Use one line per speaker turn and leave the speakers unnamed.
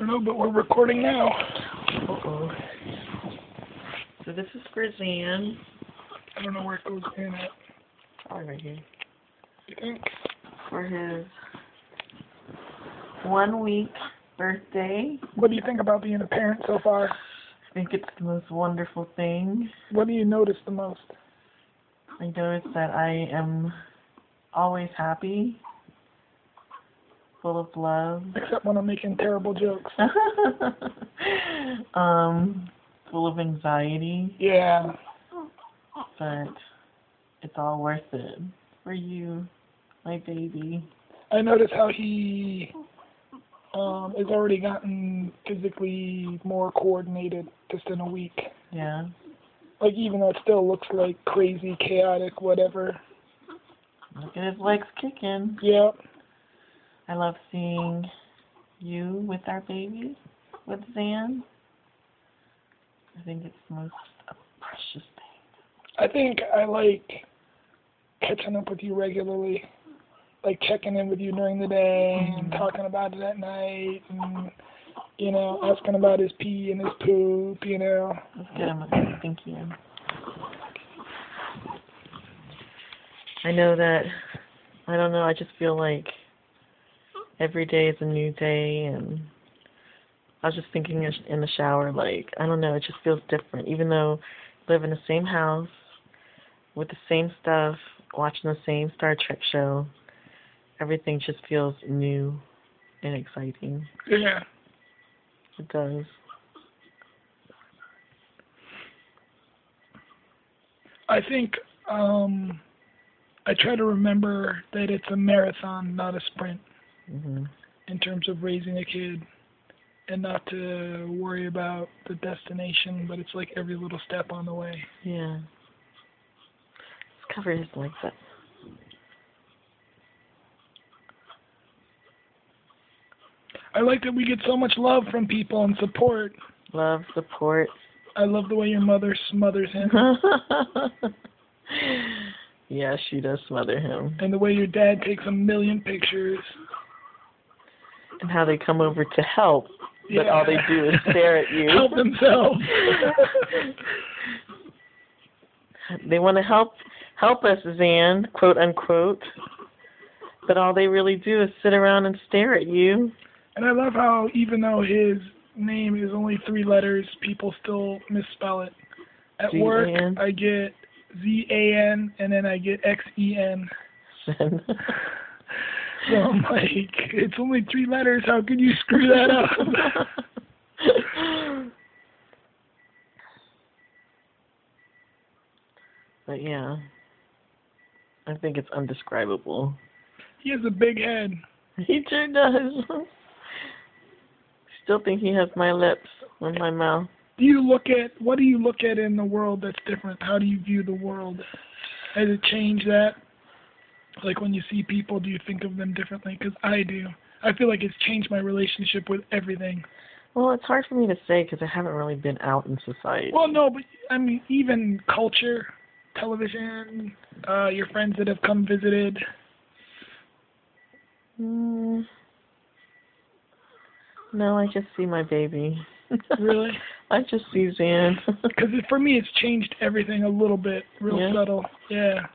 No, but we're recording now.
Uh-oh. So this is for Zan.
I don't know where it goes in at.
Probably right here.
You think?
For his one week birthday.
What do you think about being a parent so far?
I think it's the most wonderful thing.
What do you notice the most?
I notice that I am always happy, full of love.
Except when I'm making terrible jokes.
um, full of anxiety,
Yeah.
but it's all worth it. For you, my baby.
I notice how he um has already gotten physically more coordinated just in a week.
Yeah.
Like even though it still looks like crazy, chaotic, whatever.
Look at his legs kicking.
Yeah.
I love seeing you with our baby, with Zan. I think it's the most precious thing.
I think I like catching up with you regularly, like checking in with you during the day and
Mhm.
talking about it at night, and you know, asking about his pee and his poop. You know,
Let's get him a thank you. I know that, I don't know, I just feel like every day is a new day, and I was just thinking in- in the shower, like, I don't know, it just feels different. Even though I live in the same house with the same stuff, watching the same Star Trek show, everything just feels new and exciting.
yeah.
It does.
I think um, I try to remember that it's a marathon, not a sprint,
hmm
in terms of raising a kid, and not to worry about the destination, but it's like every little step on the way.
Yeah. Let's cover his legs up.
I like that we get so much love from people and support.
Love, support.
I love the way your mother smothers him
yeah, she does smother him.
and the way your dad takes a million pictures.
And how they come over to help, but all they
Yeah.
do is stare at you.
Help themselves.
they want to help help us, Zan, quote unquote. But all they really do is sit around and stare at you.
and I love how even though his name is only three letters, people still misspell it. At work,
Z-A-N?
I get Z A N and then I get X E N. So I'm like, it's only three letters. How could you screw that up?
but yeah, I think it's undescribable.
he has a big head.
He sure does. Still think he has my lips and my mouth.
do you look at what do you look at in the world that's different? How do you view the world? Has it changed that? Like when you see people, do you think of them differently? Because I do. I feel like it's changed my relationship with everything.
Well, it's hard for me to say because I haven't really been out in society.
Well, no, but I mean even culture, television, uh, your friends that have come visited.
Mm. No, I just see my baby.
Really?
I just see Zan.
Because for me, it's changed everything a little bit, real
Yeah.
subtle. Yeah.